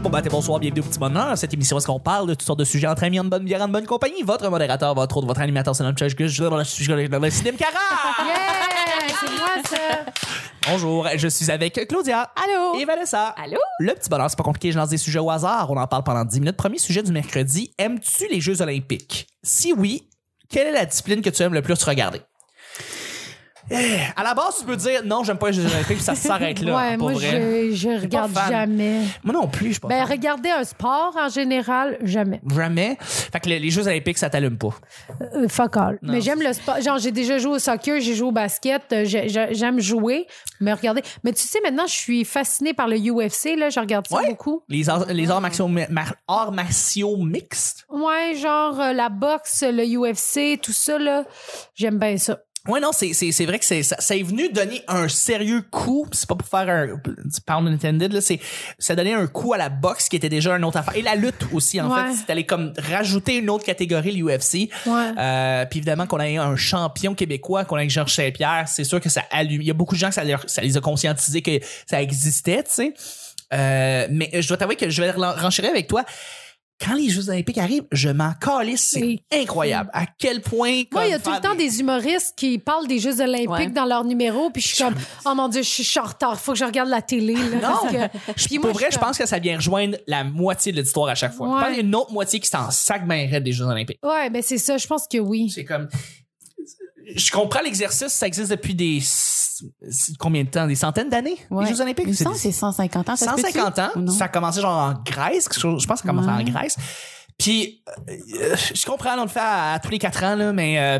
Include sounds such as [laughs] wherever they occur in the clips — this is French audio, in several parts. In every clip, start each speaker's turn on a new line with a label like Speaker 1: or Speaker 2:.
Speaker 1: bon matin, bonsoir, bienvenue au Petit Bonheur. Cette émission, est-ce qu'on parle de toutes sortes de sujets entre amis, en bonne bière, en bonne compagnie? Votre modérateur, votre autre, votre animateur, c'est notre chef, je suis dans le sujet dans le cinéma Cara.
Speaker 2: Yeah! C'est moi, ça!
Speaker 1: Bonjour, je suis avec Claudia.
Speaker 2: Allô?
Speaker 1: Et Vanessa.
Speaker 2: Allô?
Speaker 1: Le Petit Bonheur, c'est pas compliqué, je lance des sujets au hasard. On en parle pendant 10 minutes. Premier sujet du mercredi, aimes-tu les Jeux Olympiques? Si oui, quelle est la discipline que tu aimes le plus regarder? Eh, À la base, tu peux dire non, j'aime pas les Jeux Olympiques, puis ça s'arrête [laughs] là.
Speaker 2: ouais,
Speaker 1: pour
Speaker 2: moi,
Speaker 1: vrai.
Speaker 2: je, je regarde
Speaker 1: fan.
Speaker 2: jamais.
Speaker 1: Moi non plus, je suis pas
Speaker 2: Ben,
Speaker 1: fan.
Speaker 2: regarder un sport en général, jamais.
Speaker 1: Jamais. Fait que le- les Jeux Olympiques, ça t'allume pas.
Speaker 2: Euh, fuck all.
Speaker 1: Non.
Speaker 2: mais j'aime le sport. Genre, j'ai déjà joué au soccer, j'ai joué au basket, euh, j'ai- j'ai- j'aime jouer, mais regarder. Mais tu sais, maintenant, je suis fascinée par le UFC, là, je regarde ça
Speaker 1: Ouais.
Speaker 2: beaucoup.
Speaker 1: Les arts, les arts, martiaux, mar- arts martiaux mixtes.
Speaker 2: Ouais, genre euh, la boxe, le UFC, tout ça, là, j'aime bien ça.
Speaker 1: Ouais, non, c'est, c'est, c'est vrai que c'est, ça, ça est venu donner un sérieux coup. C'est pas pour faire un du pound intended, là. C'est, ça donnait un coup à la boxe qui était déjà une autre affaire. Et la lutte aussi, en
Speaker 2: Ouais.
Speaker 1: fait. C'est allé comme rajouter une autre catégorie, l'UFC.
Speaker 2: Ouais.
Speaker 1: Euh, puis évidemment qu'on ait un champion québécois, qu'on ait Georges Saint-Pierre, c'est sûr que ça allume. Il y a beaucoup de gens que ça, leur- ça les a conscientisés que ça existait, tu sais. Euh, mais je dois t'avouer que je vais ren- renchérir avec toi. Quand les Jeux Olympiques arrivent, je m'en calisse. C'est
Speaker 2: Oui.
Speaker 1: incroyable. À quel point.
Speaker 2: Moi, il y a
Speaker 1: comme
Speaker 2: tout le
Speaker 1: faire
Speaker 2: temps des humoristes qui parlent des Jeux olympiques
Speaker 3: Ouais.
Speaker 2: dans leur numéro, puis je suis comme, oh mon Dieu, je suis je suis en retard, faut que je regarde la télé. Là, parce que- Puis moi,
Speaker 1: Pour vrai, [laughs] je
Speaker 2: comme-
Speaker 1: pense que ça vient rejoindre la moitié de l'histoire à chaque fois.
Speaker 2: Ouais.
Speaker 1: Je pense qu'il y a une autre moitié qui s'en sac bien raide des Jeux Olympiques.
Speaker 2: Ouais, ben c'est ça, je pense que oui.
Speaker 1: C'est comme. Je comprends l'exercice, ça existe depuis des. Combien de temps? Des centaines d'années?
Speaker 3: Ouais.
Speaker 1: Les Jeux Olympiques?
Speaker 3: Il me
Speaker 1: C'est
Speaker 3: semble que c'est 150 ans. ça se peut-tu?
Speaker 1: 150 ans.
Speaker 3: Ou non?
Speaker 1: Ça a commencé genre en Grèce. quelque chose- Je pense que ça a commencé en
Speaker 3: Ouais.
Speaker 1: Grèce. Puis, euh, je comprends, on le fait à, à tous les quatre ans, là, mais, euh,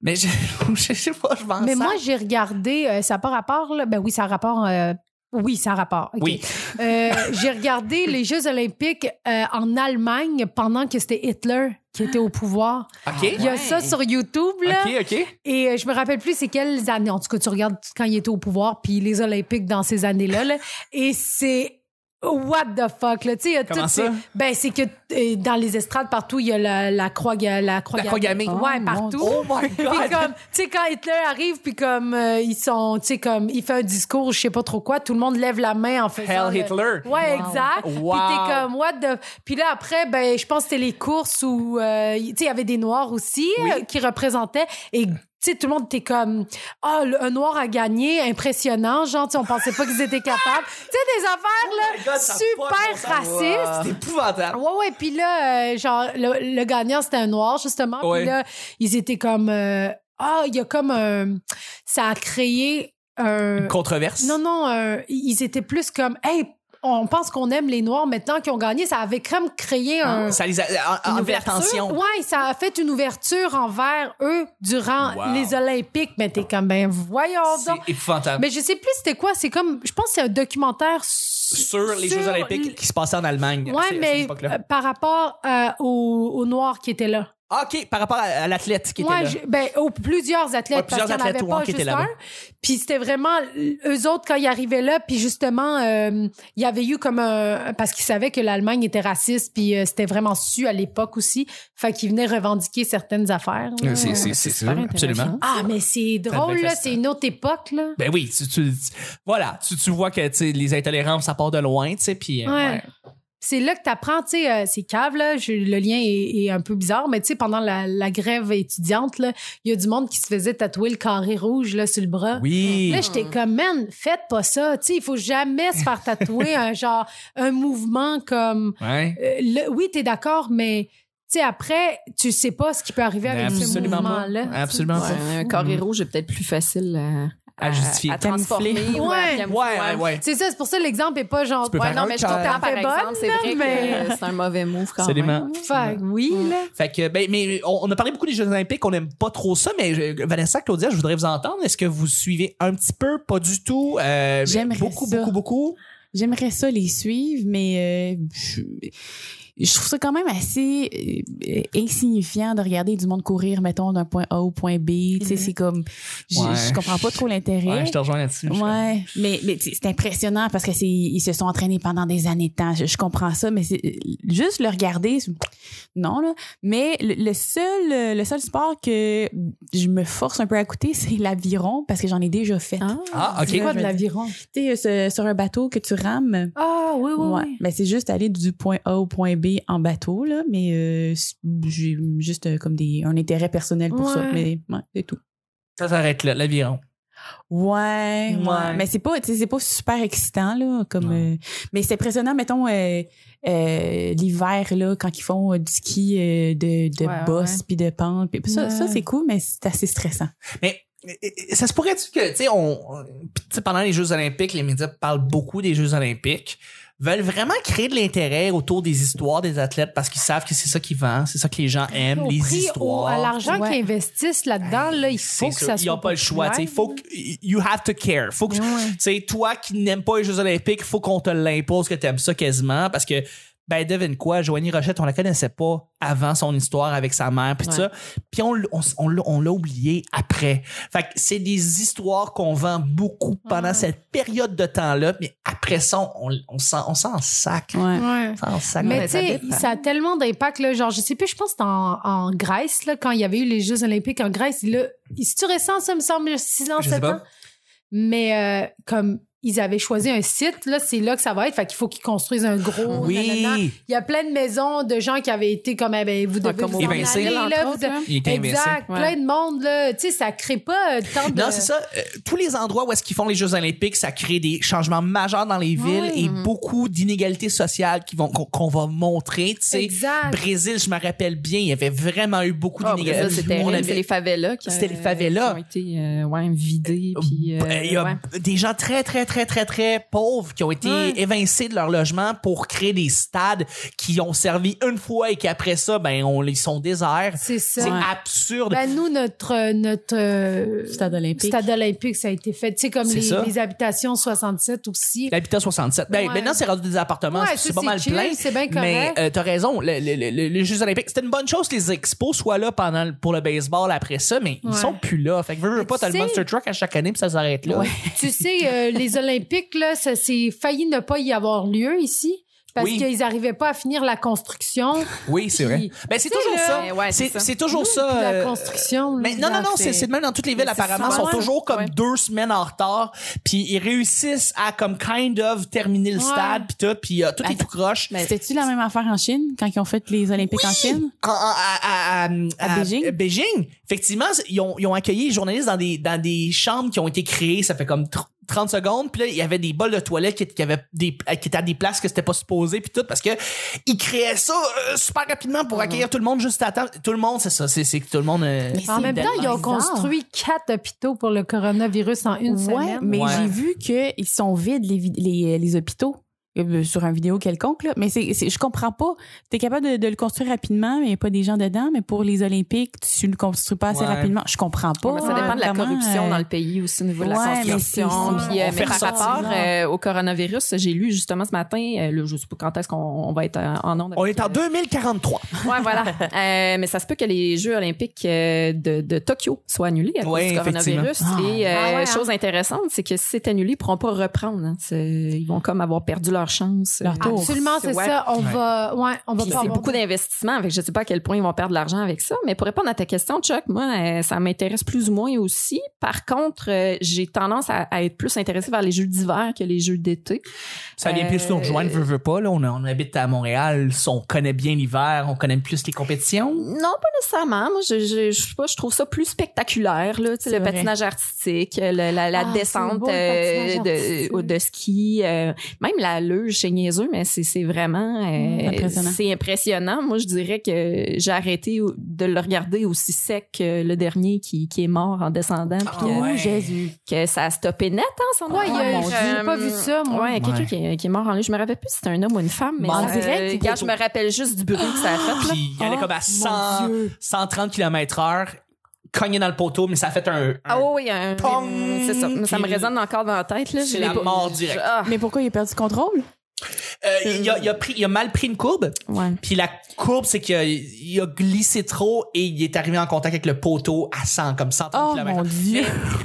Speaker 1: mais je, [laughs] je sais pas, je m'en
Speaker 2: Mais
Speaker 1: sers.
Speaker 2: moi, j'ai regardé, euh, ça n'a pas rapport, là. Ben oui, ça a rapport. euh, oui, ça a rapport. ok.
Speaker 1: Oui.
Speaker 2: Euh, j'ai regardé les Jeux Olympiques euh, en Allemagne pendant que c'était Hitler qui était au pouvoir.
Speaker 1: OK?
Speaker 2: Ah, Il y a
Speaker 3: Ouais.
Speaker 2: ça sur YouTube, là.
Speaker 1: OK, OK.
Speaker 2: Et euh, je me rappelle plus c'est quelles années. En tout cas, tu regardes quand il était au pouvoir, puis les Olympiques dans ces années-là. là. et c'est what the fuck là. Tu sais, il y a
Speaker 1: Comment
Speaker 2: tout
Speaker 1: ça?
Speaker 2: Ben c'est que euh, dans les estrades partout, il y a la, la croix, ga- la croix,
Speaker 1: La croix gammée.
Speaker 2: Ouais,
Speaker 3: Oh,
Speaker 2: partout.
Speaker 1: Oh my
Speaker 2: Puis
Speaker 1: God!
Speaker 2: comme, tu sais, quand Hitler arrive, puis comme euh, ils sont, tu sais, comme il fait un discours, je sais pas trop quoi, tout le monde lève la main en faisant.
Speaker 1: Hell
Speaker 2: le-
Speaker 1: Hitler!
Speaker 2: Ouais,
Speaker 3: Wow.
Speaker 2: exact.
Speaker 1: Wow.
Speaker 2: Puis t'es comme, what the... Puis là, après, ben, je pense que c'était les courses où, euh, tu sais, il y avait des Noirs aussi
Speaker 1: Oui.
Speaker 2: euh, qui représentaient. Et, tu sais, tout le monde était comme, ah, le- un Noir a gagné, impressionnant. Genre, tu sais, on pensait pas qu'ils étaient capables. [laughs] tu sais, des
Speaker 1: Oh my
Speaker 2: affaires, là,
Speaker 1: God, ça a
Speaker 2: super
Speaker 1: pas de bon
Speaker 2: racistes.
Speaker 1: C'est épouvantable.
Speaker 2: Ouais, ouais. Puis là, euh, genre, le, le gagnant, c'était un noir, justement.
Speaker 1: Ouais.
Speaker 2: Puis là, ils étaient comme. euh, Ah, il y a comme un. Ça a créé un.
Speaker 1: Controverse.
Speaker 2: Non, non, un- ils étaient plus comme. Hey, on pense qu'on aime les noirs maintenant qui ont gagné. Ça avait comme créé un.
Speaker 1: Ah, Ça les a euh, en-
Speaker 2: une
Speaker 1: enlevé
Speaker 2: ouverture.
Speaker 1: l'attention.
Speaker 2: Ouais, ça a fait une ouverture envers eux durant
Speaker 1: Wow.
Speaker 2: les Olympiques. Mais t'es comme, ben voyons donc.
Speaker 1: C'est épouvantable.
Speaker 2: Mais je sais plus c'était quoi. C'est comme, je pense que c'est un documentaire sur,
Speaker 1: Sur les Jeux Olympiques qui se passaient en Allemagne. à
Speaker 2: Ouais,
Speaker 1: cette- à cette
Speaker 2: mais
Speaker 1: époque-là.
Speaker 2: euh, par rapport euh, aux, aux Noirs qui étaient là.
Speaker 1: Ah, OK, par rapport à, à l'athlète qui
Speaker 2: Ouais,
Speaker 1: était là.
Speaker 2: je- ben, aux plusieurs athlètes,
Speaker 1: Ouais, plusieurs
Speaker 2: parce qu'il y en
Speaker 1: athlètes,
Speaker 2: avait
Speaker 1: ouais,
Speaker 2: pas
Speaker 1: qui étaient
Speaker 2: juste
Speaker 1: là-bas.
Speaker 2: un. Puis c'était vraiment euh, eux autres quand ils arrivaient là, puis justement, euh, il y avait eu comme un... Parce qu'ils savaient que l'Allemagne était raciste, puis euh, c'était vraiment su à l'époque aussi. Fait qu'ils venaient revendiquer certaines affaires. là.
Speaker 1: Euh, c'est- c'est- c'est
Speaker 3: super
Speaker 1: sûr,
Speaker 3: intéressant.
Speaker 1: absolument.
Speaker 2: Ah, mais c'est drôle, là.
Speaker 1: fascinant.
Speaker 2: C'est une autre époque, là.
Speaker 1: Ben oui, tu, tu- tu- voilà, tu, tu vois que tu sais, les intolérances, ça part de loin, tu sais, puis... euh,
Speaker 2: Ouais.
Speaker 1: ouais.
Speaker 2: C'est là que tu apprends, tu sais, euh, c'est cave, là. je- le lien est, est un peu bizarre, mais tu sais, pendant la, la grève étudiante, là, il y a du monde qui se faisait tatouer le carré rouge, là, sur le bras.
Speaker 1: Oui.
Speaker 2: Là, j'étais comme, man, faites pas ça. Tu sais, il faut jamais se faire
Speaker 1: [laughs]
Speaker 2: tatouer un genre, un mouvement comme.
Speaker 1: Ouais.
Speaker 2: euh, le- oui, t'es d'accord, mais. Tu sais, après, tu sais pas ce qui peut arriver avec ce
Speaker 1: Absolument pas.
Speaker 2: mouvement-là.
Speaker 1: Absolument
Speaker 3: Ouais,
Speaker 1: pas.
Speaker 3: un
Speaker 4: Hmm.
Speaker 3: carré rouge est peut-être plus facile à,
Speaker 1: À justifier.
Speaker 3: à transformer.
Speaker 2: Camoufler.
Speaker 3: ou à
Speaker 2: Euh, Ouais.
Speaker 3: camoufler.
Speaker 1: Ouais, ouais, ouais.
Speaker 2: C'est ça, c'est pour ça que l'exemple est pas genre.
Speaker 1: Tu peux
Speaker 3: Ouais,
Speaker 1: faire
Speaker 3: non, mais je
Speaker 1: un
Speaker 3: comprends, par
Speaker 2: cœur.
Speaker 3: exemple, c'est vrai
Speaker 2: Mais-
Speaker 3: que euh, c'est un mauvais move quand
Speaker 1: Absolument.
Speaker 3: même.
Speaker 2: Fait que oui, là.
Speaker 1: Fait que, ben, mais on, on a parlé beaucoup des Jeux Olympiques, on n'aime pas trop ça, mais euh, Vanessa, Claudia, je voudrais vous entendre. Est-ce que vous suivez un petit peu, pas du tout? Euh,
Speaker 3: J'aimerais
Speaker 1: Beaucoup,
Speaker 3: ça.
Speaker 1: beaucoup, beaucoup.
Speaker 3: J'aimerais ça les suivre, mais euh, je-
Speaker 4: je trouve ça quand même assez euh, insignifiant de regarder du monde courir, mettons, d'un point A au point B.
Speaker 3: Mm-hmm.
Speaker 4: Tu sais, c'est comme, je,
Speaker 1: Ouais.
Speaker 4: je comprends pas trop l'intérêt.
Speaker 1: Ouais, je te rejoins là-dessus.
Speaker 4: Ouais, mais, mais tu sais, c'est impressionnant parce que c'est ils se sont entraînés pendant des années de temps. Je, je comprends ça, mais c'est juste le regarder, c'est- non là. Mais le, le seul le seul sport que je me force un peu à écouter, c'est l'aviron parce que j'en ai déjà fait.
Speaker 2: Hein?
Speaker 1: Ah, ok.
Speaker 2: C'est quoi
Speaker 4: Je
Speaker 2: de
Speaker 4: me
Speaker 2: l'aviron?
Speaker 4: Tu sais, euh, ce- sur un bateau que tu rames.
Speaker 2: Ah, oui, oui.
Speaker 4: Ouais,
Speaker 2: oui.
Speaker 4: mais c'est juste aller du point A au point B en bateau là, mais euh, c'est- j'ai juste euh, comme des un intérêt personnel pour ça,
Speaker 2: Ouais.
Speaker 4: mais ouais, c'est tout.
Speaker 1: Ça s'arrête là, l'aviron.
Speaker 4: Ouais,
Speaker 1: Ouais.
Speaker 4: ouais. Mais c'est pas, tu sais, c'est pas super excitant, là. Comme,
Speaker 1: Non.
Speaker 4: euh, mais c'est impressionnant, mettons, euh, euh, l'hiver, là, quand ils font euh, du ski euh, de, de
Speaker 3: Ouais, ouais.
Speaker 4: bosse puis de pente. puis ça,
Speaker 2: Ouais.
Speaker 4: ça c'est cool, mais c'est assez stressant.
Speaker 1: euh, Ça se pourrait-tu que, tu sais, on, on- tu sais, pendant les Jeux Olympiques, les médias parlent beaucoup des Jeux Olympiques, veulent vraiment créer de l'intérêt autour des histoires des athlètes parce qu'ils savent que c'est ça qui vend, c'est ça que les gens aiment,
Speaker 2: Au
Speaker 1: les
Speaker 2: prix, au- à
Speaker 1: histoires.
Speaker 2: l'argent
Speaker 4: Ouais.
Speaker 2: qu'ils investissent là-dedans, là, il faut
Speaker 1: C'est
Speaker 2: que
Speaker 1: ça.
Speaker 2: ça
Speaker 1: Ils n'ont
Speaker 2: soit
Speaker 1: pas le choix. tu sais.
Speaker 2: populaire. Ben
Speaker 1: Faut que, you have to care. Faut que, tu sais, toi qui n'aimes pas les Jeux Olympiques, faut qu'on te l'impose que t'aimes ça quasiment parce que, ben, devine quoi, Joanie Rochette, on la connaissait pas avant son histoire avec sa mère puis tout
Speaker 3: Ouais.
Speaker 1: ça. Puis on, l- on s- on l'a- on l'a oublié après. Fait que c'est des histoires qu'on vend beaucoup pendant cette période de temps-là, mais après ça, on, on s'en, on s'en sac.
Speaker 4: Ouais.
Speaker 2: Ouais.
Speaker 1: On s'en sac.
Speaker 2: Mais
Speaker 3: mais
Speaker 2: tu
Speaker 3: ça
Speaker 2: sais,
Speaker 3: dépend.
Speaker 2: ça a tellement d'impact. là. Genre, je sais plus, je pense que c'était en, en Grèce, là, quand il y avait eu les Jeux olympiques en Grèce. Là, c'est-tu récent, ça, me semble, 6 ans,
Speaker 1: Je sais
Speaker 2: 7
Speaker 1: pas.
Speaker 2: ans? Mais euh, comme ils avaient choisi un site, là, c'est là que ça va être. Fait qu'il faut qu'ils construisent un gros... nanana.
Speaker 1: oui,
Speaker 2: Il y a plein de maisons de gens qui avaient été comme, eh ben, vous devez
Speaker 3: Ah, comme
Speaker 2: vous
Speaker 3: au
Speaker 2: en
Speaker 1: Brésil,
Speaker 2: aller,
Speaker 3: entre
Speaker 2: là, vous
Speaker 3: autres,
Speaker 2: devez-
Speaker 3: là.
Speaker 1: il était invincé.
Speaker 2: Exact,
Speaker 3: ouais.
Speaker 2: plein de monde, là. Tu sais, ça crée pas euh, tant de...
Speaker 1: Non, c'est ça. Euh, tous les endroits où est-ce qu'ils font les Jeux Olympiques, ça crée des changements majeurs dans les villes
Speaker 2: Oui.
Speaker 1: et beaucoup d'inégalités sociales qui vont qu'on qu'on va montrer. Tu sais,
Speaker 2: Exact.
Speaker 1: Brésil, je me rappelle bien, il y avait vraiment eu beaucoup
Speaker 3: Ah, après ça,
Speaker 1: d'inégalités.
Speaker 3: c'était
Speaker 1: On
Speaker 3: terrible.
Speaker 1: avait-
Speaker 3: C'est les favelas qui,
Speaker 1: C'était les
Speaker 3: euh,
Speaker 1: favelas.
Speaker 3: qui ont été euh, ouais, vidées. Puis, euh,
Speaker 1: il y a
Speaker 3: ouais.
Speaker 1: des gens très, très, très, très, très pauvres qui ont été
Speaker 2: Ouais.
Speaker 1: évincés de leur logement pour créer des stades qui ont servi une fois et qu'après ça, ben, on les sont déserts.
Speaker 2: C'est ça.
Speaker 1: C'est
Speaker 4: Ouais.
Speaker 1: absurde.
Speaker 2: Ben, nous, notre, euh, notre euh,
Speaker 4: Stade olympique.
Speaker 2: stade olympique, ça a été fait. Tu sais, comme
Speaker 1: C'est
Speaker 2: les,
Speaker 1: ça.
Speaker 2: les habitations 67 aussi.
Speaker 1: L'habitat 67. Ben,
Speaker 2: Ouais.
Speaker 1: Maintenant, c'est rendu des appartements.
Speaker 2: Ouais,
Speaker 1: c'est-
Speaker 2: ça,
Speaker 1: c'est pas mal
Speaker 2: chill,
Speaker 1: plein.
Speaker 2: C'est bien
Speaker 1: Mais
Speaker 2: correct.
Speaker 1: euh, t'as raison, le- le- le- le- les Jeux Olympiques, c'était une bonne chose que les expos soient là pendant, pour le baseball après ça, mais ils
Speaker 2: Ouais.
Speaker 1: sont plus là. Fait que veux, veux
Speaker 2: Mais
Speaker 1: pas,
Speaker 2: tu
Speaker 1: t'as le
Speaker 2: sais-
Speaker 1: Monster Truck à chaque année puis ça s'arrête là.
Speaker 4: Ouais.
Speaker 2: [laughs] tu sais, euh, les Olympiques, là, ça s'est failli ne pas y avoir lieu ici. Parce
Speaker 1: Oui.
Speaker 2: qu'ils n'arrivaient pas à finir la construction.
Speaker 1: Oui, c'est
Speaker 2: vrai. Puis-
Speaker 1: Ben, c'est
Speaker 2: Tu sais,
Speaker 1: toujours
Speaker 2: là-
Speaker 1: ça.
Speaker 3: Ouais, ouais, c'est
Speaker 1: c'est,
Speaker 3: ça.
Speaker 1: c'est [laughs] toujours
Speaker 2: Puis
Speaker 1: ça.
Speaker 2: la
Speaker 1: euh,
Speaker 2: construction. là.
Speaker 1: Mais non, non, non, c'est,
Speaker 3: c'est-
Speaker 1: c'est de même dans toutes les villes,
Speaker 3: Mais c'est
Speaker 1: apparemment,
Speaker 3: souvent,
Speaker 1: sont
Speaker 3: ouais.
Speaker 1: toujours comme
Speaker 3: Ouais.
Speaker 1: deux semaines en retard, puis ils réussissent à comme kind of terminer le
Speaker 2: Ouais.
Speaker 1: stade, puis tout, puis euh, tout est
Speaker 4: Attends.
Speaker 1: tout croche.
Speaker 4: Mais C'était-tu la même affaire en Chine, quand ils ont fait les Olympiques en Chine?
Speaker 1: En- en- à, à- à- à-
Speaker 4: Beijing?
Speaker 1: Beijing. Effectivement, c'est- ils ont, ils ont accueilli les journalistes dans des, dans des chambres qui ont été créées, ça fait comme tr- 30 secondes, puis là, il y avait des bols de toilettes qui, qui avaient des, euh, qui étaient à des places que c'était pas supposé, puis tout, parce que ils créaient ça euh, super rapidement pour accueillir tout le monde juste à temps. Tout le monde, c'est ça, c'est c'est que tout le monde... euh,
Speaker 4: Ah Mais
Speaker 2: En
Speaker 4: c'est
Speaker 2: même temps, ils
Speaker 4: tellement
Speaker 2: ont
Speaker 4: bizarre.
Speaker 2: construit quatre hôpitaux pour le coronavirus en une
Speaker 4: ouais,
Speaker 2: semaine.
Speaker 4: mais
Speaker 1: Ouais.
Speaker 4: j'ai vu qu'ils sont vides, les, vid- les, les hôpitaux, euh, sur une vidéo quelconque. Là. Mais c'est, c'est- je comprends pas. Tu es capable de, de le construire rapidement, mais il n'y a pas des gens dedans. Mais pour les Olympiques, tu ne le construis pas assez
Speaker 1: Ouais.
Speaker 4: rapidement. Je comprends pas.
Speaker 3: Ouais, mais ça dépend de la
Speaker 4: Comment,
Speaker 3: corruption
Speaker 4: euh,
Speaker 3: dans le pays aussi, au niveau de
Speaker 4: Ouais,
Speaker 3: la
Speaker 4: mais c'est
Speaker 3: corruption.
Speaker 4: ça.
Speaker 3: Puis,
Speaker 1: On
Speaker 3: euh, mais
Speaker 1: fait
Speaker 3: par
Speaker 1: ressortir.
Speaker 3: rapport euh, au coronavirus, j'ai lu justement ce matin, euh, là, je sais pas quand est-ce qu'on on va être en- en onde.
Speaker 1: on
Speaker 3: avec,
Speaker 1: est en
Speaker 3: euh,
Speaker 1: 2043.
Speaker 3: [laughs] Ouais, voilà. Euh, mais ça se peut que les Jeux olympiques euh, de, de Tokyo soient annulés à cause
Speaker 1: Ouais,
Speaker 3: du coronavirus.
Speaker 4: effectivement.
Speaker 3: Et euh,
Speaker 2: Ah ouais, hein.
Speaker 3: chose intéressante, c'est que si c'est annulé, ils pourront pas reprendre. hein. C'est- Ils vont comme avoir perdu leur chance. euh,
Speaker 4: Leur tour.
Speaker 2: Absolument, c'est
Speaker 3: Ouais.
Speaker 2: ça. On
Speaker 1: Ouais.
Speaker 2: va, ouais, on va
Speaker 3: Puis
Speaker 2: pas
Speaker 3: c'est
Speaker 2: avoir
Speaker 3: beaucoup d'investissements. Fait que je sais pas à quel point ils vont perdre de l'argent avec ça. Mais pour répondre à ta question, Chuck, moi, euh, ça m'intéresse plus ou moins aussi. Par contre, euh, j'ai tendance à, à être plus intéressée vers les jeux d'hiver que les jeux d'été.
Speaker 1: Ça vient
Speaker 3: Euh,
Speaker 1: plus nous rejoindre, veut, veut pas. Là. On, on habite à Montréal, on connaît bien l'hiver, on connaît plus les compétitions.
Speaker 3: Non, pas nécessairement. Moi, je, je, je sais pas, je trouve ça plus spectaculaire, là, tu sais,
Speaker 4: C'est
Speaker 3: le
Speaker 4: vrai.
Speaker 3: patinage artistique, euh, le- la, la
Speaker 2: Ah, c'est
Speaker 3: descente
Speaker 2: beau, le
Speaker 3: euh,
Speaker 2: patinage
Speaker 3: de,
Speaker 2: artistique.
Speaker 3: de ski, euh, même la luge, c'est niaiseux, mais c'est c'est vraiment euh,
Speaker 4: Mm,
Speaker 2: Mmh,
Speaker 4: impressionnant.
Speaker 3: c'est impressionnant. Moi, je dirais que j'ai arrêté au- de le regarder aussi sec que le dernier qui, qui est mort en descendant, puis
Speaker 1: Ah
Speaker 3: que-
Speaker 4: Oh,
Speaker 1: Ouais.
Speaker 4: Jésus.
Speaker 3: que, ça a stoppé net, hein, son
Speaker 2: Ouais, il y a-
Speaker 3: mon
Speaker 2: j'ai
Speaker 3: Dieu.
Speaker 2: pas vu ça, moi.
Speaker 3: Ouais, quelqu'un
Speaker 1: Ouais.
Speaker 3: qui, est- qui est mort en luge. Je me rappelle plus si c'était un homme ou une femme, mais
Speaker 1: Bon,
Speaker 3: ça, euh,
Speaker 4: on dirait qu'il-
Speaker 3: regarde, je me rappelle juste du bruit que ça a fait. là.
Speaker 1: Puis il allait
Speaker 4: Oh,
Speaker 1: comme à
Speaker 4: mon
Speaker 1: 100,
Speaker 4: Dieu.
Speaker 1: 130 km heure, cogné dans le poteau, mais ça a fait un. un-
Speaker 3: Ah oui, oui, un-
Speaker 1: Pong!
Speaker 3: c'est ça. Ça me
Speaker 1: Puis-
Speaker 3: résonne encore dans la tête. là. Je
Speaker 1: C'est
Speaker 3: l'ai
Speaker 1: la
Speaker 3: pas-
Speaker 1: mort directe.
Speaker 3: Ah.
Speaker 4: Mais pourquoi il a perdu le contrôle?
Speaker 1: Euh, il, a, il a pris, il a mal pris une courbe.
Speaker 3: Ouais.
Speaker 1: Puis la courbe, c'est qu'il a, il a glissé trop et il est arrivé en contact avec le poteau à 100, comme 130
Speaker 4: Oh
Speaker 1: kilomètres.
Speaker 4: mon dieu.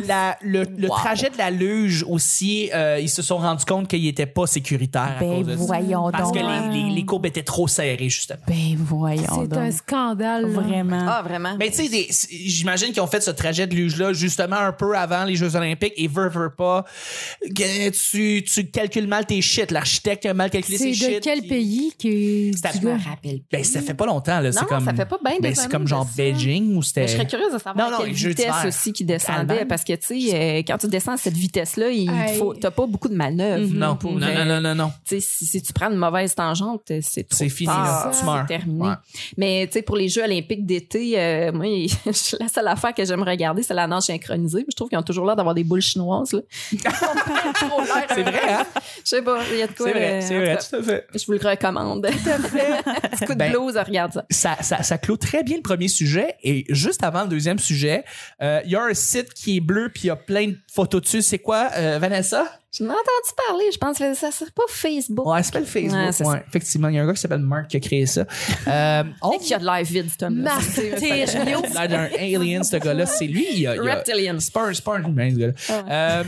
Speaker 1: La- le, le
Speaker 4: Wow.
Speaker 1: trajet de la luge aussi, euh, ils se sont rendus compte qu'il n'était pas sécuritaire à
Speaker 4: Ben
Speaker 1: cause de ça.
Speaker 4: voyons
Speaker 1: Parce
Speaker 4: donc.
Speaker 1: que les, les, les courbes étaient trop serrées, justement.
Speaker 4: Ben voyons
Speaker 2: C'est un
Speaker 4: donc.
Speaker 2: scandale. là.
Speaker 4: Vraiment.
Speaker 3: Ah, vraiment?
Speaker 1: Mais tu sais, des- c'est- j'imagine qu'ils ont fait ce trajet de luge-là justement un peu avant les Jeux Olympiques et veux, veux pas. que Tu, tu calcules mal tes shit. L'architecte a mal calculé
Speaker 2: C'est
Speaker 1: ses
Speaker 2: de
Speaker 1: shit.
Speaker 2: quel
Speaker 1: puis-
Speaker 2: pays que
Speaker 1: C'est à-
Speaker 2: tu
Speaker 1: Je me
Speaker 2: gars?
Speaker 3: rappelle.
Speaker 1: Ben, ça fait pas longtemps, là.
Speaker 3: Non,
Speaker 1: c'est comme,
Speaker 3: ça fait pas bien des
Speaker 1: ben, c'est
Speaker 3: années
Speaker 1: comme
Speaker 3: de
Speaker 1: genre
Speaker 3: ça.
Speaker 1: Beijing ou c'était.
Speaker 3: Mais je serais curieuse de savoir
Speaker 1: Non, non,
Speaker 3: à quelle
Speaker 1: les jeux
Speaker 3: vitesse
Speaker 1: d'hiver.
Speaker 3: aussi qui descendait.
Speaker 1: Allemagne.
Speaker 3: Parce que, tu sais, euh, quand tu descends à cette vitesse-là, il
Speaker 2: Hey.
Speaker 3: faut, t'as pas beaucoup de manœuvres.
Speaker 1: Mm-hmm. Non,
Speaker 3: là,
Speaker 1: non, Ben,
Speaker 3: pour,
Speaker 1: non,
Speaker 3: euh,
Speaker 1: non, non, non.
Speaker 3: tu sais, si, si tu prends une mauvaise tangente, euh, c'est trop
Speaker 1: C'est fini,
Speaker 3: tard.
Speaker 1: là. Tu
Speaker 3: C'est
Speaker 1: meurs.
Speaker 3: terminé.
Speaker 1: Ouais.
Speaker 3: Mais tu sais, pour les Jeux olympiques d'été, euh, moi, [laughs] la seule affaire que j'aime regarder, c'est la nage synchronisée. Puis Je trouve qu'ils ont toujours l'air d'avoir des boules chinoises. là.
Speaker 1: [laughs]
Speaker 2: [laughs]
Speaker 1: C'est vrai, hein?
Speaker 3: Je sais pas, il y a de quoi.
Speaker 1: C'est vrai,
Speaker 3: euh,
Speaker 1: c'est
Speaker 3: en
Speaker 1: vrai,
Speaker 3: tout cas,
Speaker 1: tout à fait.
Speaker 3: Je vous le recommande. Petit coup de
Speaker 1: Ben,
Speaker 3: blues, regarde ça.
Speaker 1: ça, ça, ça clôt très bien le premier sujet. Et juste avant le deuxième sujet, euh, il y a un site qui est bleu puis il y a plein de photos dessus. C'est quoi, euh, Vanessa?
Speaker 3: Je m'ai entendu parler, je pense que ça sert pas Facebook.
Speaker 1: Ouais, ça Oh, s'appelle Facebook.
Speaker 3: Ouais, c'est ça.
Speaker 1: Ouais, Effectivement, il y a un gars qui s'appelle Mark qui a créé ça.
Speaker 3: [laughs]
Speaker 1: Euh, on...
Speaker 3: Il y a de l'air vide, cet homme-là.
Speaker 2: Marc
Speaker 3: C'est- [laughs] c'est-
Speaker 2: Thériault.
Speaker 1: L'air d'un alien, ce gars-là, c'est lui. Il y a, il y a-
Speaker 3: Reptilian.
Speaker 1: Mm. C'est pas un, c'est pas un humain, ce gars-là. Euh,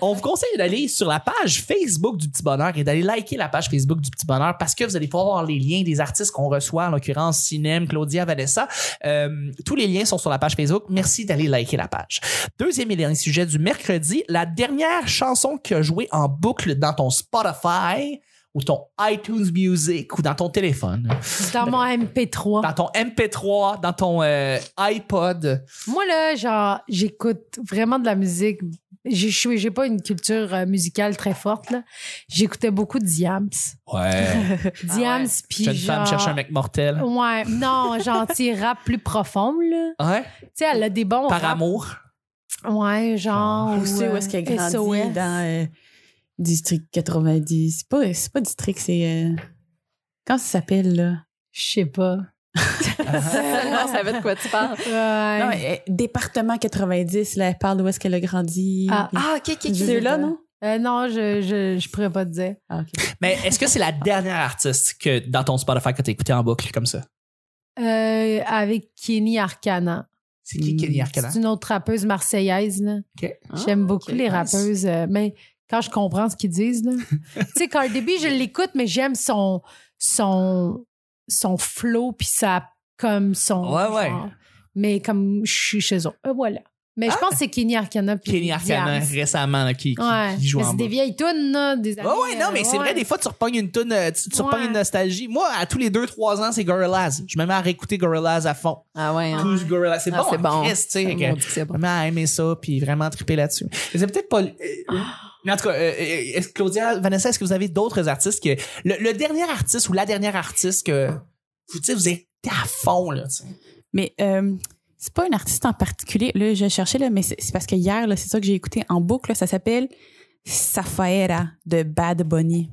Speaker 1: [laughs] on vous conseille d'aller sur la page Facebook du Petit Bonheur et d'aller liker la page Facebook du Petit Bonheur parce que vous allez pouvoir voir les liens des artistes qu'on reçoit, en l'occurrence Cinem, Claudia, Vanessa. Euh, tous les liens sont sur la page Facebook. Merci d'aller liker la page. Deuxième et dernier sujet du mercredi, la dernière chanson qui a joué en boucle dans ton Spotify ou ton iTunes Music ou dans ton téléphone,
Speaker 2: Dans mon MP3.
Speaker 1: dans ton MP3, dans ton euh, iPod.
Speaker 2: Moi, là, genre, j'écoute vraiment de la musique. J'ai- Je suis- j'ai pas une culture euh, musicale très forte, là. J'écoutais beaucoup de Diams.
Speaker 1: Ah Ouais.
Speaker 2: Diams, puis
Speaker 1: Jeune
Speaker 2: genre...
Speaker 1: femme cherche un mec mortel.
Speaker 2: Ouais, non, gentil rap plus profond, là.
Speaker 1: Ouais.
Speaker 2: Tu sais, elle a des bons
Speaker 1: Par
Speaker 2: rap.
Speaker 1: amour.
Speaker 2: Ouais, genre...
Speaker 4: Ou c'est où est-ce qu'elle
Speaker 2: euh,
Speaker 4: grandit
Speaker 2: SOS.
Speaker 4: dans euh, District 90. C'est pas, c'est pas District, c'est... euh, Comment ça s'appelle, là?
Speaker 2: Je sais pas.
Speaker 3: on savait de quoi tu parles.
Speaker 2: Ouais.
Speaker 4: Non, euh, département 90, là, elle parle d'où est-ce qu'elle a grandi.
Speaker 2: Ah,
Speaker 4: Puis-
Speaker 3: Ah, ok, ok, ok.
Speaker 4: c'est là, non?
Speaker 2: Euh, non, je, je, je pourrais pas te dire.
Speaker 4: Ah, ok.
Speaker 1: Mais est-ce que c'est la dernière artiste que dans ton Spotify que t'as écouté en boucle comme ça?
Speaker 2: Euh, avec Kenny Arcana.
Speaker 1: C'est qui
Speaker 4: Hmm.
Speaker 1: Kenny Arcana?
Speaker 2: C'est une autre rappeuse marseillaise, là. J'aime beaucoup les rappeuses, euh, mais quand je comprends ce
Speaker 1: [laughs]
Speaker 2: qu'ils disent, là. tu sais, Cardi B, je l'écoute, mais j'aime son, son, son flow, puis ça, comme son.
Speaker 1: Ouais, ouais.
Speaker 2: mais comme je suis chez eux. Euh, voilà. Mais je pense que c'est Kenny Arcana. puis
Speaker 1: Ah! Kenny Arcana
Speaker 2: Diams.
Speaker 1: récemment là, qui, qui-
Speaker 2: Ouais.
Speaker 1: qui joue
Speaker 2: Mais
Speaker 1: en
Speaker 2: c'est des
Speaker 1: boucle.
Speaker 2: vieilles tunes, là. Des
Speaker 1: Ouais, ouais, non, mais c'est vrai, des fois, tu repognes une toune, euh, tu, tu repognes
Speaker 2: Ouais.
Speaker 1: une nostalgie. Moi, à tous les 2-3 ans, c'est Gorillaz. Je me mets à réécouter Gorillaz à fond.
Speaker 3: Ah ouais. hein.
Speaker 1: Tous Gorillaz. C'est
Speaker 3: Ah,
Speaker 1: bon,
Speaker 3: c'est bon.
Speaker 1: Christ, tu sais,
Speaker 3: Mon
Speaker 1: que-
Speaker 3: Dieu, c'est bon.
Speaker 1: vraiment à aimer ça puis vraiment triper là-dessus. Mais c'est peut-être pas. euh, euh, mais en tout cas, euh, euh, est-ce- Claudia, Vanessa, est-ce que vous avez d'autres artistes que le, le dernier artiste ou la dernière artiste que vous tu sais, vous êtes à fond là. tu sais.
Speaker 4: Mais euh, c'est pas une artiste en particulier. Là, je cherchais, là, mais c'est c'est parce que hier, là, c'est ça que j'ai écouté en boucle. là. ça s'appelle Safaera de Bad Bunny.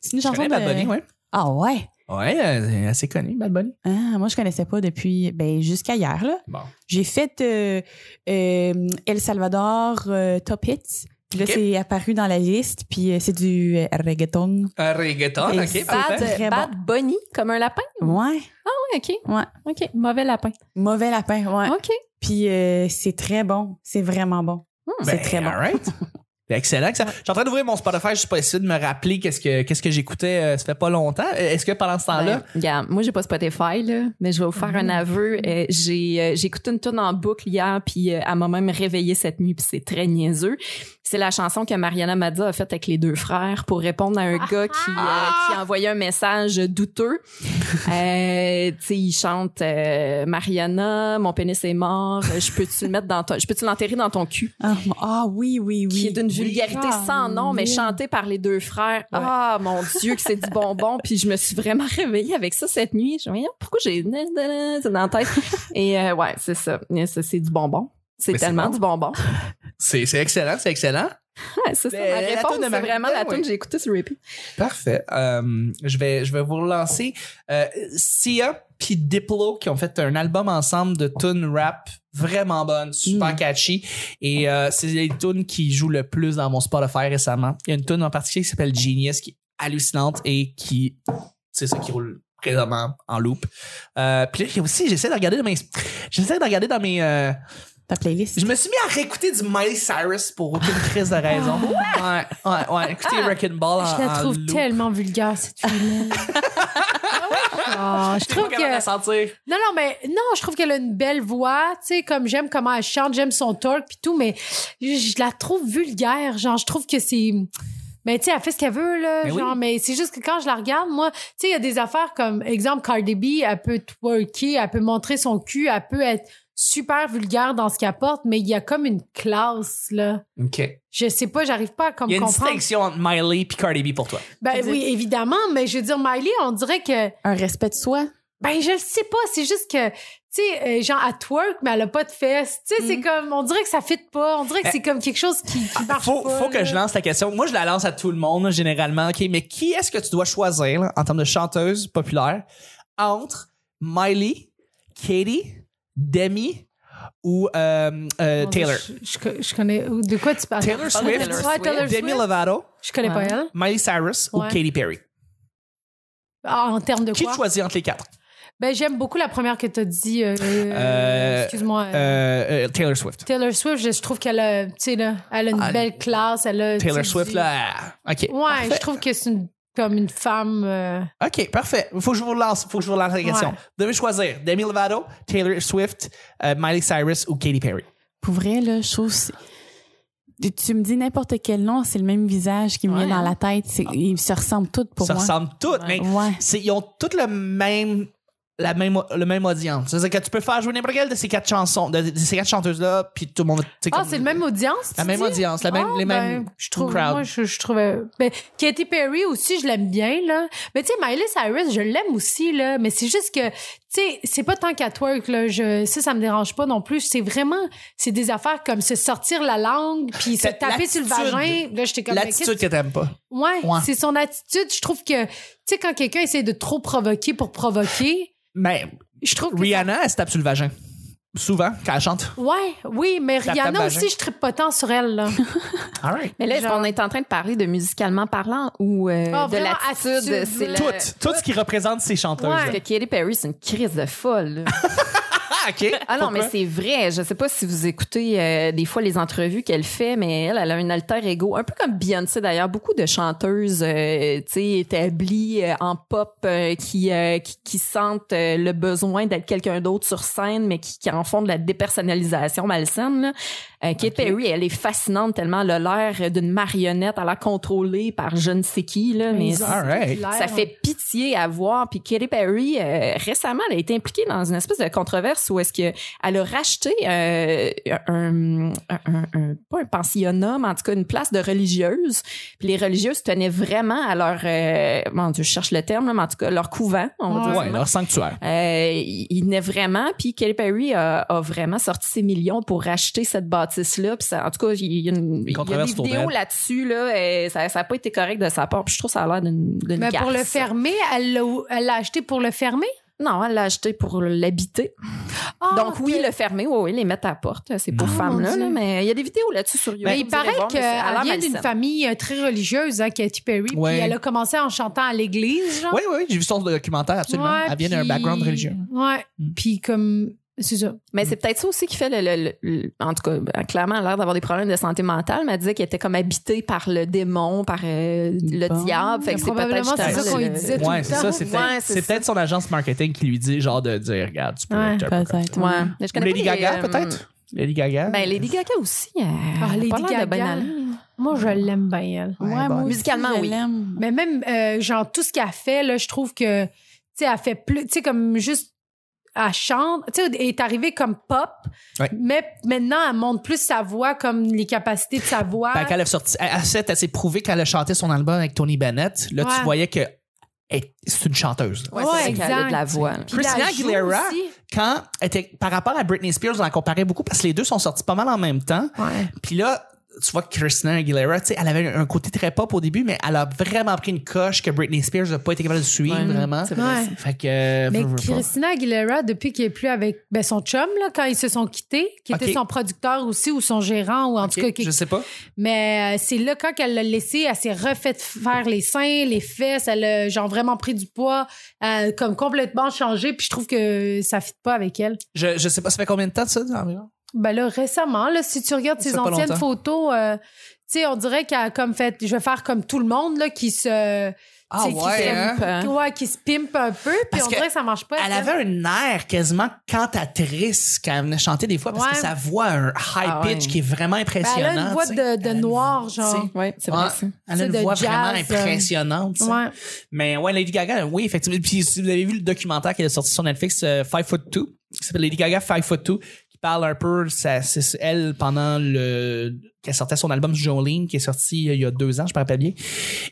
Speaker 4: C'est une chanson
Speaker 1: connais
Speaker 4: de...
Speaker 1: Bad Bunny, ouais.
Speaker 4: Ah ouais?
Speaker 1: Ouais, euh, c'est assez connu, Bad Bunny.
Speaker 4: Ah, moi, je connaissais pas depuis... Ben, jusqu'à hier, là.
Speaker 1: Bon.
Speaker 4: J'ai fait euh, euh, El Salvador euh, Top Hits. Puis là,
Speaker 1: Ok.
Speaker 4: c'est apparu dans la liste. Puis euh, c'est du euh, reggaeton.
Speaker 1: Un reggaeton,
Speaker 4: Et
Speaker 1: ok,
Speaker 4: ça,
Speaker 1: parfait.
Speaker 3: Bad,
Speaker 4: Très
Speaker 3: bad bunny, comme un lapin?
Speaker 4: Ouais.
Speaker 3: Ouais, ok.
Speaker 4: Ouais.
Speaker 3: Ok, mauvais lapin.
Speaker 4: Mauvais lapin, ouais.
Speaker 3: Ok.
Speaker 4: Puis euh, c'est très bon. C'est vraiment bon.
Speaker 3: Hmm.
Speaker 4: c'est
Speaker 1: Ben,
Speaker 4: très bon.
Speaker 1: all right. Ben, Excellent. excellent. Je suis en train d'ouvrir mon Spotify, je suis pas essayé de me rappeler qu'est-ce que qu'est-ce que j'écoutais. euh, ça fait pas longtemps. Euh, Est-ce que pendant ce temps-là, Mm-hmm.
Speaker 3: Ben, regarde, moi, j'ai pas Spotify, là, mais je vais vous faire un aveu. Euh, j'ai, euh, j'ai écouté une tune en boucle hier, puis euh, elle m'a même réveillée cette nuit, puis c'est très niaiseux. C'est la chanson que Mariana Mazza a faite avec les deux frères pour répondre à un
Speaker 1: Ah
Speaker 3: gars qui, euh, qui a envoyé un
Speaker 1: [laughs]
Speaker 3: message douteux. Euh, tu sais, il chante euh, Mariana, mon pénis est mort, je peux-tu le mettre dans ton, je peux-tu l'enterrer dans ton cul?
Speaker 4: Ah, mon- ah oui, oui, oui.
Speaker 3: qui est d'une vulgarité
Speaker 4: Ah,
Speaker 3: sans nom, mais
Speaker 4: oui.
Speaker 3: chantée par les deux frères. Ah, mon Dieu, que c'est du [laughs] bonbon. Puis je me suis vraiment réveillée avec ça cette nuit. Je me dis, pourquoi j'ai... C'est dans la tête. Et euh, ouais, c'est ça. C'est c'est du bonbon. C'est
Speaker 1: Mais c'est
Speaker 3: tellement
Speaker 1: bon.
Speaker 3: du bonbon. [laughs]
Speaker 1: c'est c'est excellent, c'est excellent.
Speaker 3: Ouais, c'est ça.
Speaker 1: Mais
Speaker 3: Ma
Speaker 1: la
Speaker 3: réponse,
Speaker 1: toune de
Speaker 3: c'est
Speaker 1: Marie-
Speaker 3: vraiment la
Speaker 1: Ouais,
Speaker 3: tune que j'ai écoutée sur repeat.
Speaker 1: Parfait. Euh, je, vais, je vais vous relancer. Euh, Sia puis Diplo qui ont fait un album ensemble de tune rap vraiment bonne, super
Speaker 4: Mm.
Speaker 1: catchy. Et euh, c'est les tunes qui jouent le plus dans mon Spotify récemment. Il y a une tune en particulier qui s'appelle Genius qui est hallucinante et qui c'est ça qui roule présentement en loop. Euh, puis là, il y a aussi j'essaie de regarder dans mes j'essaie de regarder dans mes euh,
Speaker 4: Ta playlist.
Speaker 1: je me suis mis à réécouter du Miley Cyrus pour aucune crise de raison. ouais, ouais, ouais. Écoutez Wrecking Ball en,
Speaker 2: Ah. Je la
Speaker 1: en
Speaker 2: trouve
Speaker 1: loop.
Speaker 2: tellement vulgaire, cette
Speaker 1: [laughs]
Speaker 2: fille-là. Ah, je
Speaker 1: J'étais pas
Speaker 2: trouve
Speaker 1: capable de la
Speaker 2: que.
Speaker 1: sentir.
Speaker 2: Non, non, mais non, je trouve qu'elle a une belle voix. Tu sais, comme j'aime comment elle chante, j'aime son talk puis tout, mais je, je la trouve vulgaire. Genre, je trouve que c'est. Mais tu sais, elle fait ce qu'elle veut, là.
Speaker 1: Mais oui.
Speaker 2: genre, mais c'est juste que quand je la regarde, moi, tu sais, il y a des affaires comme, exemple, Cardi B, elle peut twerker, elle peut montrer son cul, elle peut être super vulgaire dans ce qu'elle porte, mais il y a comme une classe, là.
Speaker 1: OK.
Speaker 2: Je sais pas, j'arrive pas à comme
Speaker 1: Il y a une
Speaker 2: comprendre.
Speaker 1: distinction entre Miley et Cardi B pour toi.
Speaker 2: Ben
Speaker 4: Exact.
Speaker 2: oui, évidemment, mais je veux dire, Miley, on dirait que.
Speaker 4: Un respect de soi.
Speaker 2: Ben, je le sais pas, c'est juste que, tu sais, euh, genre, à twerk, mais elle a pas de fesses. Tu sais, c'est comme, on dirait que ça fit pas, on dirait
Speaker 1: Mm.
Speaker 2: que
Speaker 1: Ben, ah,
Speaker 2: c'est comme quelque chose qui, qui marche
Speaker 1: faut,
Speaker 2: pas.
Speaker 1: faut que
Speaker 2: là.
Speaker 1: je lance la question. Moi, je la lance à tout le monde, là, généralement. OK, mais qui est-ce que tu dois choisir là, en termes de chanteuse populaire entre Miley, Katie, Demi ou euh, euh,
Speaker 2: Mon Dieu,
Speaker 1: Taylor?
Speaker 2: Je, je co- je connais. De quoi tu parles?
Speaker 1: Taylor Swift,
Speaker 2: Taylor Swift.
Speaker 1: Demi Lovato,
Speaker 2: Je connais pas
Speaker 4: Ouais.
Speaker 2: elle.
Speaker 1: Miley Cyrus ou
Speaker 2: Ouais.
Speaker 1: Katy Perry?
Speaker 2: Ah, en termes de
Speaker 1: Qui
Speaker 2: quoi?
Speaker 1: tu choisis entre les quatre?
Speaker 2: Ben, j'aime beaucoup la première que t'as dit. euh,
Speaker 1: Euh,
Speaker 2: Excuse-moi. euh,
Speaker 1: Euh, euh, Taylor Swift.
Speaker 2: Taylor Swift, je, je trouve qu'elle a, tu sais, là, elle a une
Speaker 1: Ah,
Speaker 2: belle classe. Elle a,
Speaker 1: Taylor
Speaker 2: tu sais,
Speaker 1: Swift,
Speaker 2: du-
Speaker 1: là. OK.
Speaker 2: Ouais, je trouve que c'est une- comme une femme. euh,
Speaker 1: OK, parfait. Faut que je vous lance, faut que je vous lance la question.
Speaker 2: Ouais.
Speaker 1: Vous devez choisir Demi Lovato, Taylor Swift, euh, Miley Cyrus ou Katy Perry.
Speaker 4: Pour vrai, là, je trouve. c'est- Tu- Tu me dis n'importe quel nom, c'est le même visage qui me vient
Speaker 3: Ouais,
Speaker 4: dans
Speaker 3: hein?
Speaker 4: la tête. C'est- Ils se ressemblent tous pour
Speaker 1: Ça
Speaker 4: moi.
Speaker 1: ressemble toutes, mais
Speaker 3: Ouais.
Speaker 4: Ouais.
Speaker 1: c'est- ils ont toutes le même, la même, le même audience. C'est-à-dire que tu peux faire jouer n'importe quelle de ces quatre chansons, de, de ces quatre chanteuses-là, puis tout le monde. tu sais,
Speaker 2: Ah,
Speaker 1: comme-
Speaker 2: c'est le même audience?
Speaker 1: La
Speaker 2: tu
Speaker 1: même
Speaker 2: dis?
Speaker 1: audience, la même,
Speaker 2: Ah,
Speaker 1: les mêmes
Speaker 2: ben, je trouve,
Speaker 1: crowd.
Speaker 2: Moi, je, je trouvais. Ben, Katy Perry aussi, je l'aime bien, là. Mais tu sais, Miley Cyrus, je l'aime aussi, là. Mais c'est juste que, tu sais, c'est pas tant qu'à twerk, là. Je, ça, ça me dérange pas non plus. C'est vraiment, c'est des affaires comme se sortir la langue, puis se
Speaker 1: C'est
Speaker 2: taper sur le
Speaker 1: l'attitude.
Speaker 2: vagin. Là, j'étais comme. mais qu'est-ce
Speaker 1: L'attitude que t'aimes pas.
Speaker 2: Ouais,
Speaker 1: Ouais.
Speaker 2: c'est son attitude. Je trouve que, tu sais, quand quelqu'un essaie de trop provoquer pour provoquer,
Speaker 1: Mais
Speaker 2: je trouve que.
Speaker 1: Rihanna, elle se tape sur le vagin. Souvent, quand elle chante.
Speaker 2: Ouais, oui, mais
Speaker 1: Tape, tape,
Speaker 2: Rihanna
Speaker 1: vagin.
Speaker 2: aussi, je tripe pas tant sur elle, là.
Speaker 1: All right.
Speaker 3: Mais là, est-ce
Speaker 2: Genre-
Speaker 3: qu'on est en train de parler de musicalement parlant ou euh,
Speaker 2: Ah,
Speaker 3: de
Speaker 2: vraiment,
Speaker 3: l'attitude?
Speaker 2: attitude,
Speaker 3: C'est
Speaker 2: là.
Speaker 3: le-
Speaker 1: Tout, tout ce qui représente ces chanteuses-là.
Speaker 3: Parce que Katy Perry, c'est une crise de folle. là.
Speaker 1: Ah, OK.
Speaker 3: [laughs] Ah non, mais
Speaker 1: Pourquoi?
Speaker 3: c'est vrai. Je sais pas si vous écoutez euh, des fois les entrevues qu'elle fait, mais elle, elle a un alter ego, un peu comme Beyoncé d'ailleurs. Beaucoup de chanteuses, euh, tu sais, établies euh, en pop euh, qui, euh, qui qui sentent euh, le besoin d'être quelqu'un d'autre sur scène, mais qui, qui en font de la dépersonnalisation malsaine. là. Euh, Katy Perry, elle est fascinante tellement elle a l'air d'une marionnette, elle a l'air contrôlée par je ne sais qui là, mais
Speaker 2: Ils ont
Speaker 1: All right.
Speaker 2: l'air,
Speaker 3: ça fait pitié à voir. Puis Katy Perry, euh, récemment, elle a été impliquée dans une espèce de controverse où est-ce que elle a racheté euh, un, un- un- un- pas un pensionnat, mais en tout cas une place de religieuse. Puis les religieuses tenaient vraiment à leur, euh, mon Dieu, je cherche le terme, là, mais en tout cas leur couvent, on va dire.
Speaker 1: Ouais, leur sanctuaire.
Speaker 3: Euh, il il venait vraiment, puis Katy Perry a, a vraiment sorti ses millions pour racheter cette bâtisse-là. Puis ça, en tout cas, il y a, une, il y a des
Speaker 1: controverse autour
Speaker 3: vidéos
Speaker 1: d'elle.
Speaker 3: là-dessus, là, et ça n'a pas été correct de sa part. Puis je trouve que ça a l'air d'une d'une
Speaker 2: Mais pour
Speaker 3: garce.
Speaker 2: le fermer, elle l'a elle l'a acheté pour le fermer?
Speaker 3: Non, elle l'a acheté pour l'habiter.
Speaker 2: Ah,
Speaker 3: Donc oui,
Speaker 2: ok.
Speaker 3: le fermer, oui, oui, les mettre à la porte. C'est pour
Speaker 1: Ah,
Speaker 3: femmes-là,
Speaker 2: mon Dieu.
Speaker 3: là, mais il y a des vidéos là-dessus sur YouTube.
Speaker 2: Mais il
Speaker 3: vous irez
Speaker 2: paraît
Speaker 3: voir, mais c'est- elle a
Speaker 2: qu'elle
Speaker 3: l'air
Speaker 2: vient d'une
Speaker 3: malsaine.
Speaker 2: famille euh, très religieuse, hein, Katy Perry.
Speaker 1: Ouais.
Speaker 2: Puis elle a commencé en chantant à l'église, genre.
Speaker 1: Oui, oui, oui, j'ai vu son documentaire, absolument.
Speaker 2: Ouais,
Speaker 1: elle vient d'un
Speaker 2: puis-
Speaker 1: background religieux.
Speaker 2: Ouais.
Speaker 1: Mm.
Speaker 2: Puis comme. C'est ça.
Speaker 3: Mais c'est peut-être ça aussi qui fait le, le- le- le- en tout cas, ben, clairement, elle a l'air d'avoir des problèmes de santé mentale, mais elle disait qu'elle était comme habitée par le démon, par euh, le
Speaker 4: Bon.
Speaker 3: diable. Fait que c'est
Speaker 2: Probablement,
Speaker 3: peut-être euh,
Speaker 2: c'est
Speaker 3: justement
Speaker 2: ça qu'on
Speaker 3: le-
Speaker 2: lui disait tout
Speaker 1: Ouais,
Speaker 2: le
Speaker 1: c'est
Speaker 2: temps.
Speaker 1: ça. C'est
Speaker 3: Ouais,
Speaker 1: peut-être
Speaker 3: c'est
Speaker 1: c'est
Speaker 3: ça.
Speaker 1: peut-être son agence marketing qui lui dit, genre, de dire, regarde, tu peux
Speaker 2: Ouais,
Speaker 1: être un peu comme
Speaker 4: Peut-être.
Speaker 3: Ouais. Mais je
Speaker 1: ça.
Speaker 3: connais
Speaker 1: Lady
Speaker 3: pas les,
Speaker 1: Gaga,
Speaker 3: euh,
Speaker 1: peut-être? Lady Gaga?
Speaker 3: Ben, Lady Gaga aussi. elle a
Speaker 2: Ah,
Speaker 3: pas
Speaker 2: Lady
Speaker 3: l'air de
Speaker 2: Gaga.
Speaker 3: bonne allure.
Speaker 2: Moi, je l'aime bien, elle.
Speaker 1: Ouais,
Speaker 4: Ouais, moi
Speaker 1: bon.
Speaker 4: aussi,
Speaker 3: Musicalement,
Speaker 4: je
Speaker 3: oui.
Speaker 4: l'aime.
Speaker 2: Mais même, euh, genre, tout ce qu'elle fait, là, je trouve que. Tu sais, elle fait plus. Tu sais, comme juste. Elle chante, tu sais, elle est arrivée comme pop,
Speaker 1: Ouais.
Speaker 2: mais maintenant, elle monte plus sa voix, comme les capacités de sa voix.
Speaker 1: Ben, quand elle a sorti, elle, elle s'est- elle s'est prouvé qu'elle a chanté son album avec Tony Bennett. Là,
Speaker 2: Ouais.
Speaker 1: tu voyais que elle- c'est une chanteuse. là.
Speaker 3: Ouais, c'est
Speaker 2: Ouais,
Speaker 3: vrai qu'elle a de la
Speaker 2: exact.
Speaker 3: voix. là.
Speaker 2: Puis la
Speaker 1: Christina
Speaker 2: joue
Speaker 1: Aguilera.
Speaker 2: aussi.
Speaker 1: Quand elle était, par rapport à Britney Spears, on la comparait beaucoup parce que les deux sont sortis pas mal en même temps.
Speaker 2: Ouais.
Speaker 1: Puis là, tu vois que Christina Aguilera, tu sais, elle avait un côté très pop au début, mais elle a vraiment pris une coche que Britney Spears n'a pas été capable de suivre,
Speaker 3: Ouais,
Speaker 1: vraiment.
Speaker 3: c'est
Speaker 2: Ouais.
Speaker 3: vrai.
Speaker 1: Fait que. euh,
Speaker 2: Mais
Speaker 1: veux, veux pas.
Speaker 2: Christina Aguilera, depuis qu'il est plus avec ben, son chum, là, quand ils se sont quittés, qui
Speaker 1: Ok.
Speaker 2: était son producteur aussi ou son gérant, ou en tout
Speaker 1: Ok,
Speaker 2: cas, qui-
Speaker 1: je sais pas.
Speaker 2: mais euh, c'est là quand elle l'a laissé, elle s'est refaite faire les seins, les fesses, elle a genre vraiment pris du poids, euh, comme complètement changé, puis je trouve que ça fit pas avec elle.
Speaker 1: Je, je sais pas, ça fait combien de temps de ça, environ?
Speaker 2: Ben là, récemment, là, si tu regardes
Speaker 1: Ça
Speaker 2: ses
Speaker 1: fait pas
Speaker 2: anciennes
Speaker 1: longtemps.
Speaker 2: photos, euh, tu sais, on dirait qu'elle a comme fait, je vais faire comme tout le monde, là, qui se,
Speaker 1: Ah
Speaker 2: tu sais, qui
Speaker 1: ouais,
Speaker 2: se-
Speaker 1: hein?
Speaker 2: qui- ouais, qui se pimpe un peu, puis
Speaker 1: Parce
Speaker 2: on
Speaker 1: que
Speaker 2: dirait que ça marche pas.
Speaker 1: Elle
Speaker 2: ça.
Speaker 1: avait un air quasiment cantatrice quand elle venait chanter des fois parce que
Speaker 2: Ouais.
Speaker 1: sa voix a un high
Speaker 3: Ah ouais.
Speaker 1: pitch qui est vraiment
Speaker 2: Ben,
Speaker 1: impressionnant.
Speaker 2: elle a une voix
Speaker 1: tu sais.
Speaker 2: de, de
Speaker 1: Elle a une-
Speaker 2: noir, genre.
Speaker 1: tu
Speaker 3: Ouais, c'est vrai
Speaker 1: Ouais.
Speaker 3: ça.
Speaker 1: Ah, Elle a
Speaker 2: C'est
Speaker 1: une
Speaker 2: de
Speaker 1: voix vraiment
Speaker 2: jazz, euh,
Speaker 1: impressionnante. tu sais.
Speaker 2: Ouais.
Speaker 1: Mais ouais, Lady Gaga, oui, effectivement. Puis si vous avez vu le documentaire qui est sorti sur Netflix, euh, Five Foot Two, qui s'appelle Lady Gaga Five Foot Two, qui parle un peu, ça, c'est elle pendant le qu'elle sortait son album Jolene, qui est sorti euh, il y a deux ans, je me rappelle bien.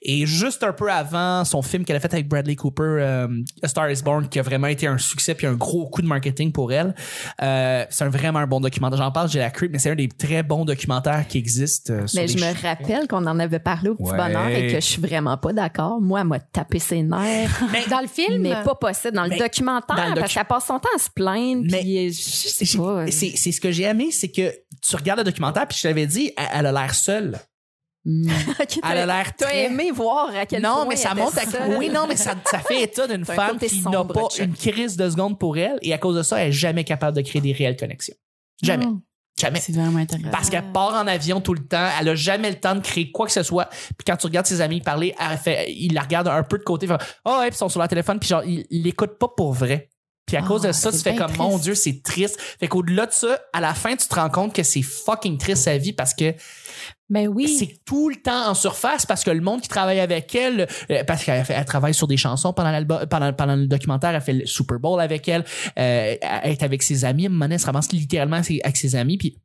Speaker 1: Et juste un peu avant son film qu'elle a fait avec Bradley Cooper, euh, A Star Is Born, qui a vraiment été un succès puis un gros coup de marketing pour elle. Euh, c'est un vraiment un bon documentaire. J'en parle, j'ai la creep, mais c'est un des très bons documentaires qui existent. euh, sur
Speaker 3: Mais
Speaker 1: des
Speaker 3: Ben, je
Speaker 1: ch-
Speaker 3: me rappelle qu'on en avait parlé au petit
Speaker 1: Ouais.
Speaker 3: bonheur et que je suis vraiment pas d'accord. Moi, elle m'a tapé
Speaker 2: [laughs]
Speaker 3: ses nerfs.
Speaker 1: Mais-
Speaker 2: Dans le film?
Speaker 3: mais pas possible dans le
Speaker 1: Mais-
Speaker 3: documentaire
Speaker 1: dans le
Speaker 3: parce
Speaker 1: docu-
Speaker 3: qu'elle passe son temps à se plaindre
Speaker 1: Mais-
Speaker 3: puis euh, je sais
Speaker 1: J'ai-
Speaker 3: pas. euh,
Speaker 1: C'est c'est ce que j'ai aimé, c'est que tu regardes le documentaire, puis je t'avais dit, elle, elle a l'air seule.
Speaker 3: [laughs]
Speaker 1: Elle
Speaker 3: Ok,
Speaker 1: a
Speaker 3: t'as-
Speaker 1: l'air
Speaker 3: T'as
Speaker 1: très-
Speaker 3: aimé voir à quel point
Speaker 1: Non, mais
Speaker 3: elle
Speaker 1: ça
Speaker 3: était
Speaker 1: montre à
Speaker 3: seule.
Speaker 1: Oui, non, mais ça, ça fait état
Speaker 3: [laughs]
Speaker 1: d'une
Speaker 3: T'as un
Speaker 1: femme
Speaker 3: côté
Speaker 1: qui n'a
Speaker 3: sombre,
Speaker 1: pas
Speaker 3: Chuck.
Speaker 1: une crise de seconde pour elle, et à cause de ça, elle est jamais capable de créer des réelles connexions. Jamais.
Speaker 2: Mm.
Speaker 1: Jamais.
Speaker 4: C'est vraiment intéressant.
Speaker 1: Parce qu'elle part en avion tout le temps, elle a jamais le temps de créer quoi que ce soit. Puis quand tu regardes ses amis parler, elle fait, ils la regardent un peu de côté, fait, oh ouais, puis ils sont sur leur téléphone, puis genre ils ils l'écoutent pas pour vrai. Puis à
Speaker 4: Ah,
Speaker 1: cause de ça, tu
Speaker 4: c'est
Speaker 1: fais
Speaker 4: bien
Speaker 1: comme mon
Speaker 4: triste.
Speaker 1: Dieu, c'est triste. Fait qu'au-delà de ça, à la fin, tu te rends compte que c'est fucking triste sa vie parce que
Speaker 2: Mais Ben oui.
Speaker 1: c'est tout le temps en surface parce que le monde qui travaille avec elle, euh, parce qu'elle fait- elle travaille sur des chansons pendant, l'album- pendant, pendant le documentaire, elle fait le Super Bowl avec elle, euh, elle est avec ses amis, à un moment donné, elle se ramasse littéralement avec ses- avec ses amis, puis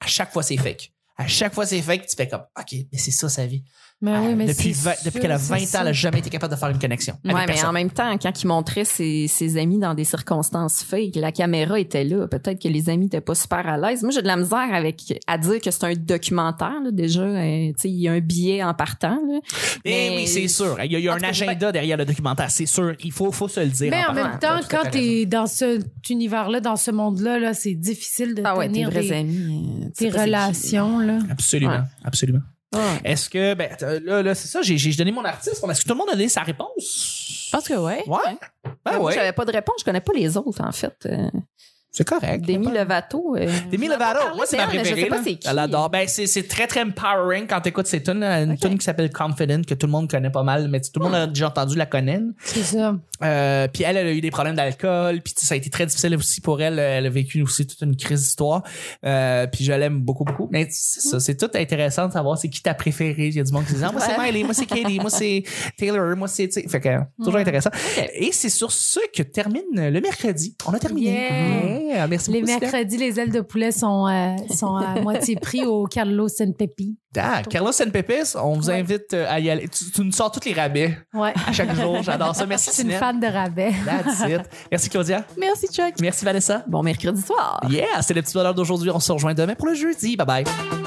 Speaker 1: à chaque fois c'est fake. À chaque fois c'est fake, tu fais comme, OK, mais c'est ça sa vie.
Speaker 2: Mais Ah ben oui,
Speaker 1: Euh,
Speaker 2: mais
Speaker 1: depuis
Speaker 2: c'est
Speaker 1: vingt- depuis qu'elle a
Speaker 2: sûr,
Speaker 1: 20
Speaker 2: c'est
Speaker 1: ans, elle n'a jamais été capable de faire une connexion. avec
Speaker 3: Ouais, mais
Speaker 1: personne.
Speaker 3: en même temps, quand il montrait ses, ses amis dans des circonstances fake, la caméra était là. Peut-être que les amis n'étaient pas super à l'aise. Moi, j'ai de la misère avec à dire que c'est un documentaire. là, déjà, euh, tu sais, il y a un billet en partant. là.
Speaker 1: Eh oui, c'est sûr. Il y a, il y a
Speaker 3: En
Speaker 1: un
Speaker 3: tout cas,
Speaker 1: agenda derrière le documentaire, c'est sûr. Il faut, faut se le dire.
Speaker 2: Mais en
Speaker 1: parlant.
Speaker 2: même temps,
Speaker 1: Là, tout à
Speaker 2: quand
Speaker 1: fait
Speaker 2: tu
Speaker 1: raison.
Speaker 2: es dans cet univers-là, dans ce monde-là, là, c'est difficile de
Speaker 3: Ah ouais, tes
Speaker 2: tenir
Speaker 3: vrais
Speaker 2: des,
Speaker 3: amis. euh, tu
Speaker 2: tes
Speaker 3: sais pas c'est qui.
Speaker 2: relations. Là.
Speaker 1: Absolument,
Speaker 3: Ouais.
Speaker 1: absolument.
Speaker 3: Ouais.
Speaker 1: Est-ce que, ben, t- là, là c'est ça, j'ai, j'ai donné mon artiste. Est-ce que tout le monde a donné sa réponse?
Speaker 4: Je pense que ouais.
Speaker 1: Ouais. Ben
Speaker 3: Moi,
Speaker 1: ouais,
Speaker 3: J'avais pas de réponse. Je connais pas les autres, en fait. Euh,
Speaker 1: c'est correct.
Speaker 3: Demi Lovato. euh,
Speaker 1: Ben, Demi
Speaker 3: on en a
Speaker 1: Lovato,
Speaker 3: parlé
Speaker 1: moi c'est ma
Speaker 3: d'elle, mais
Speaker 1: préférée.
Speaker 3: Je sais pas
Speaker 1: là.
Speaker 3: c'est qui.
Speaker 1: Elle adore. Ben c'est c'est très très empowering quand t'écoutes ces tunes. là. Une
Speaker 3: Ok.
Speaker 1: tune qui s'appelle Confident que tout le monde connaît pas mal, mais tout le monde a déjà entendu la connaît.
Speaker 2: C'est ça.
Speaker 1: Euh, puis elle, elle a eu des problèmes d'alcool, puis tu sais, ça a été très difficile aussi pour elle. Elle a vécu aussi toute une crise d'histoire. Euh, puis je l'aime beaucoup beaucoup. Mais c'est ça, c'est tout intéressant de savoir c'est qui ta préférée. Il y a du monde qui dit Ah, moi c'est
Speaker 3: Ouais.
Speaker 1: Miley, moi c'est Katie, moi c'est Taylor, moi c'est tu sais. fait que toujours intéressant. Et c'est sur ce que termine le mercredi. On a terminé.
Speaker 2: Yeah.
Speaker 1: Yeah. Merci
Speaker 2: Les
Speaker 1: beaucoup. Sylvia.
Speaker 2: mercredis, les ailes de poulet sont, euh, sont à moitié prix au Carlo San Pepi.
Speaker 1: Ah, Carlos San Pepis, on vous
Speaker 2: Ouais.
Speaker 1: invite euh, à y aller. Tu, tu nous sors tous les rabais
Speaker 2: Ouais.
Speaker 1: à chaque jour. J'adore ça.
Speaker 2: [laughs]
Speaker 1: Merci,
Speaker 2: Je suis une
Speaker 1: Sinette.
Speaker 2: fan de rabais.
Speaker 1: That's it. Merci, Claudia.
Speaker 4: Merci, Chuck.
Speaker 1: Merci, Vanessa.
Speaker 3: Bon mercredi soir.
Speaker 1: Yeah, c'est le petit bonheur d'aujourd'hui. On se rejoint demain pour le jeudi. Bye bye.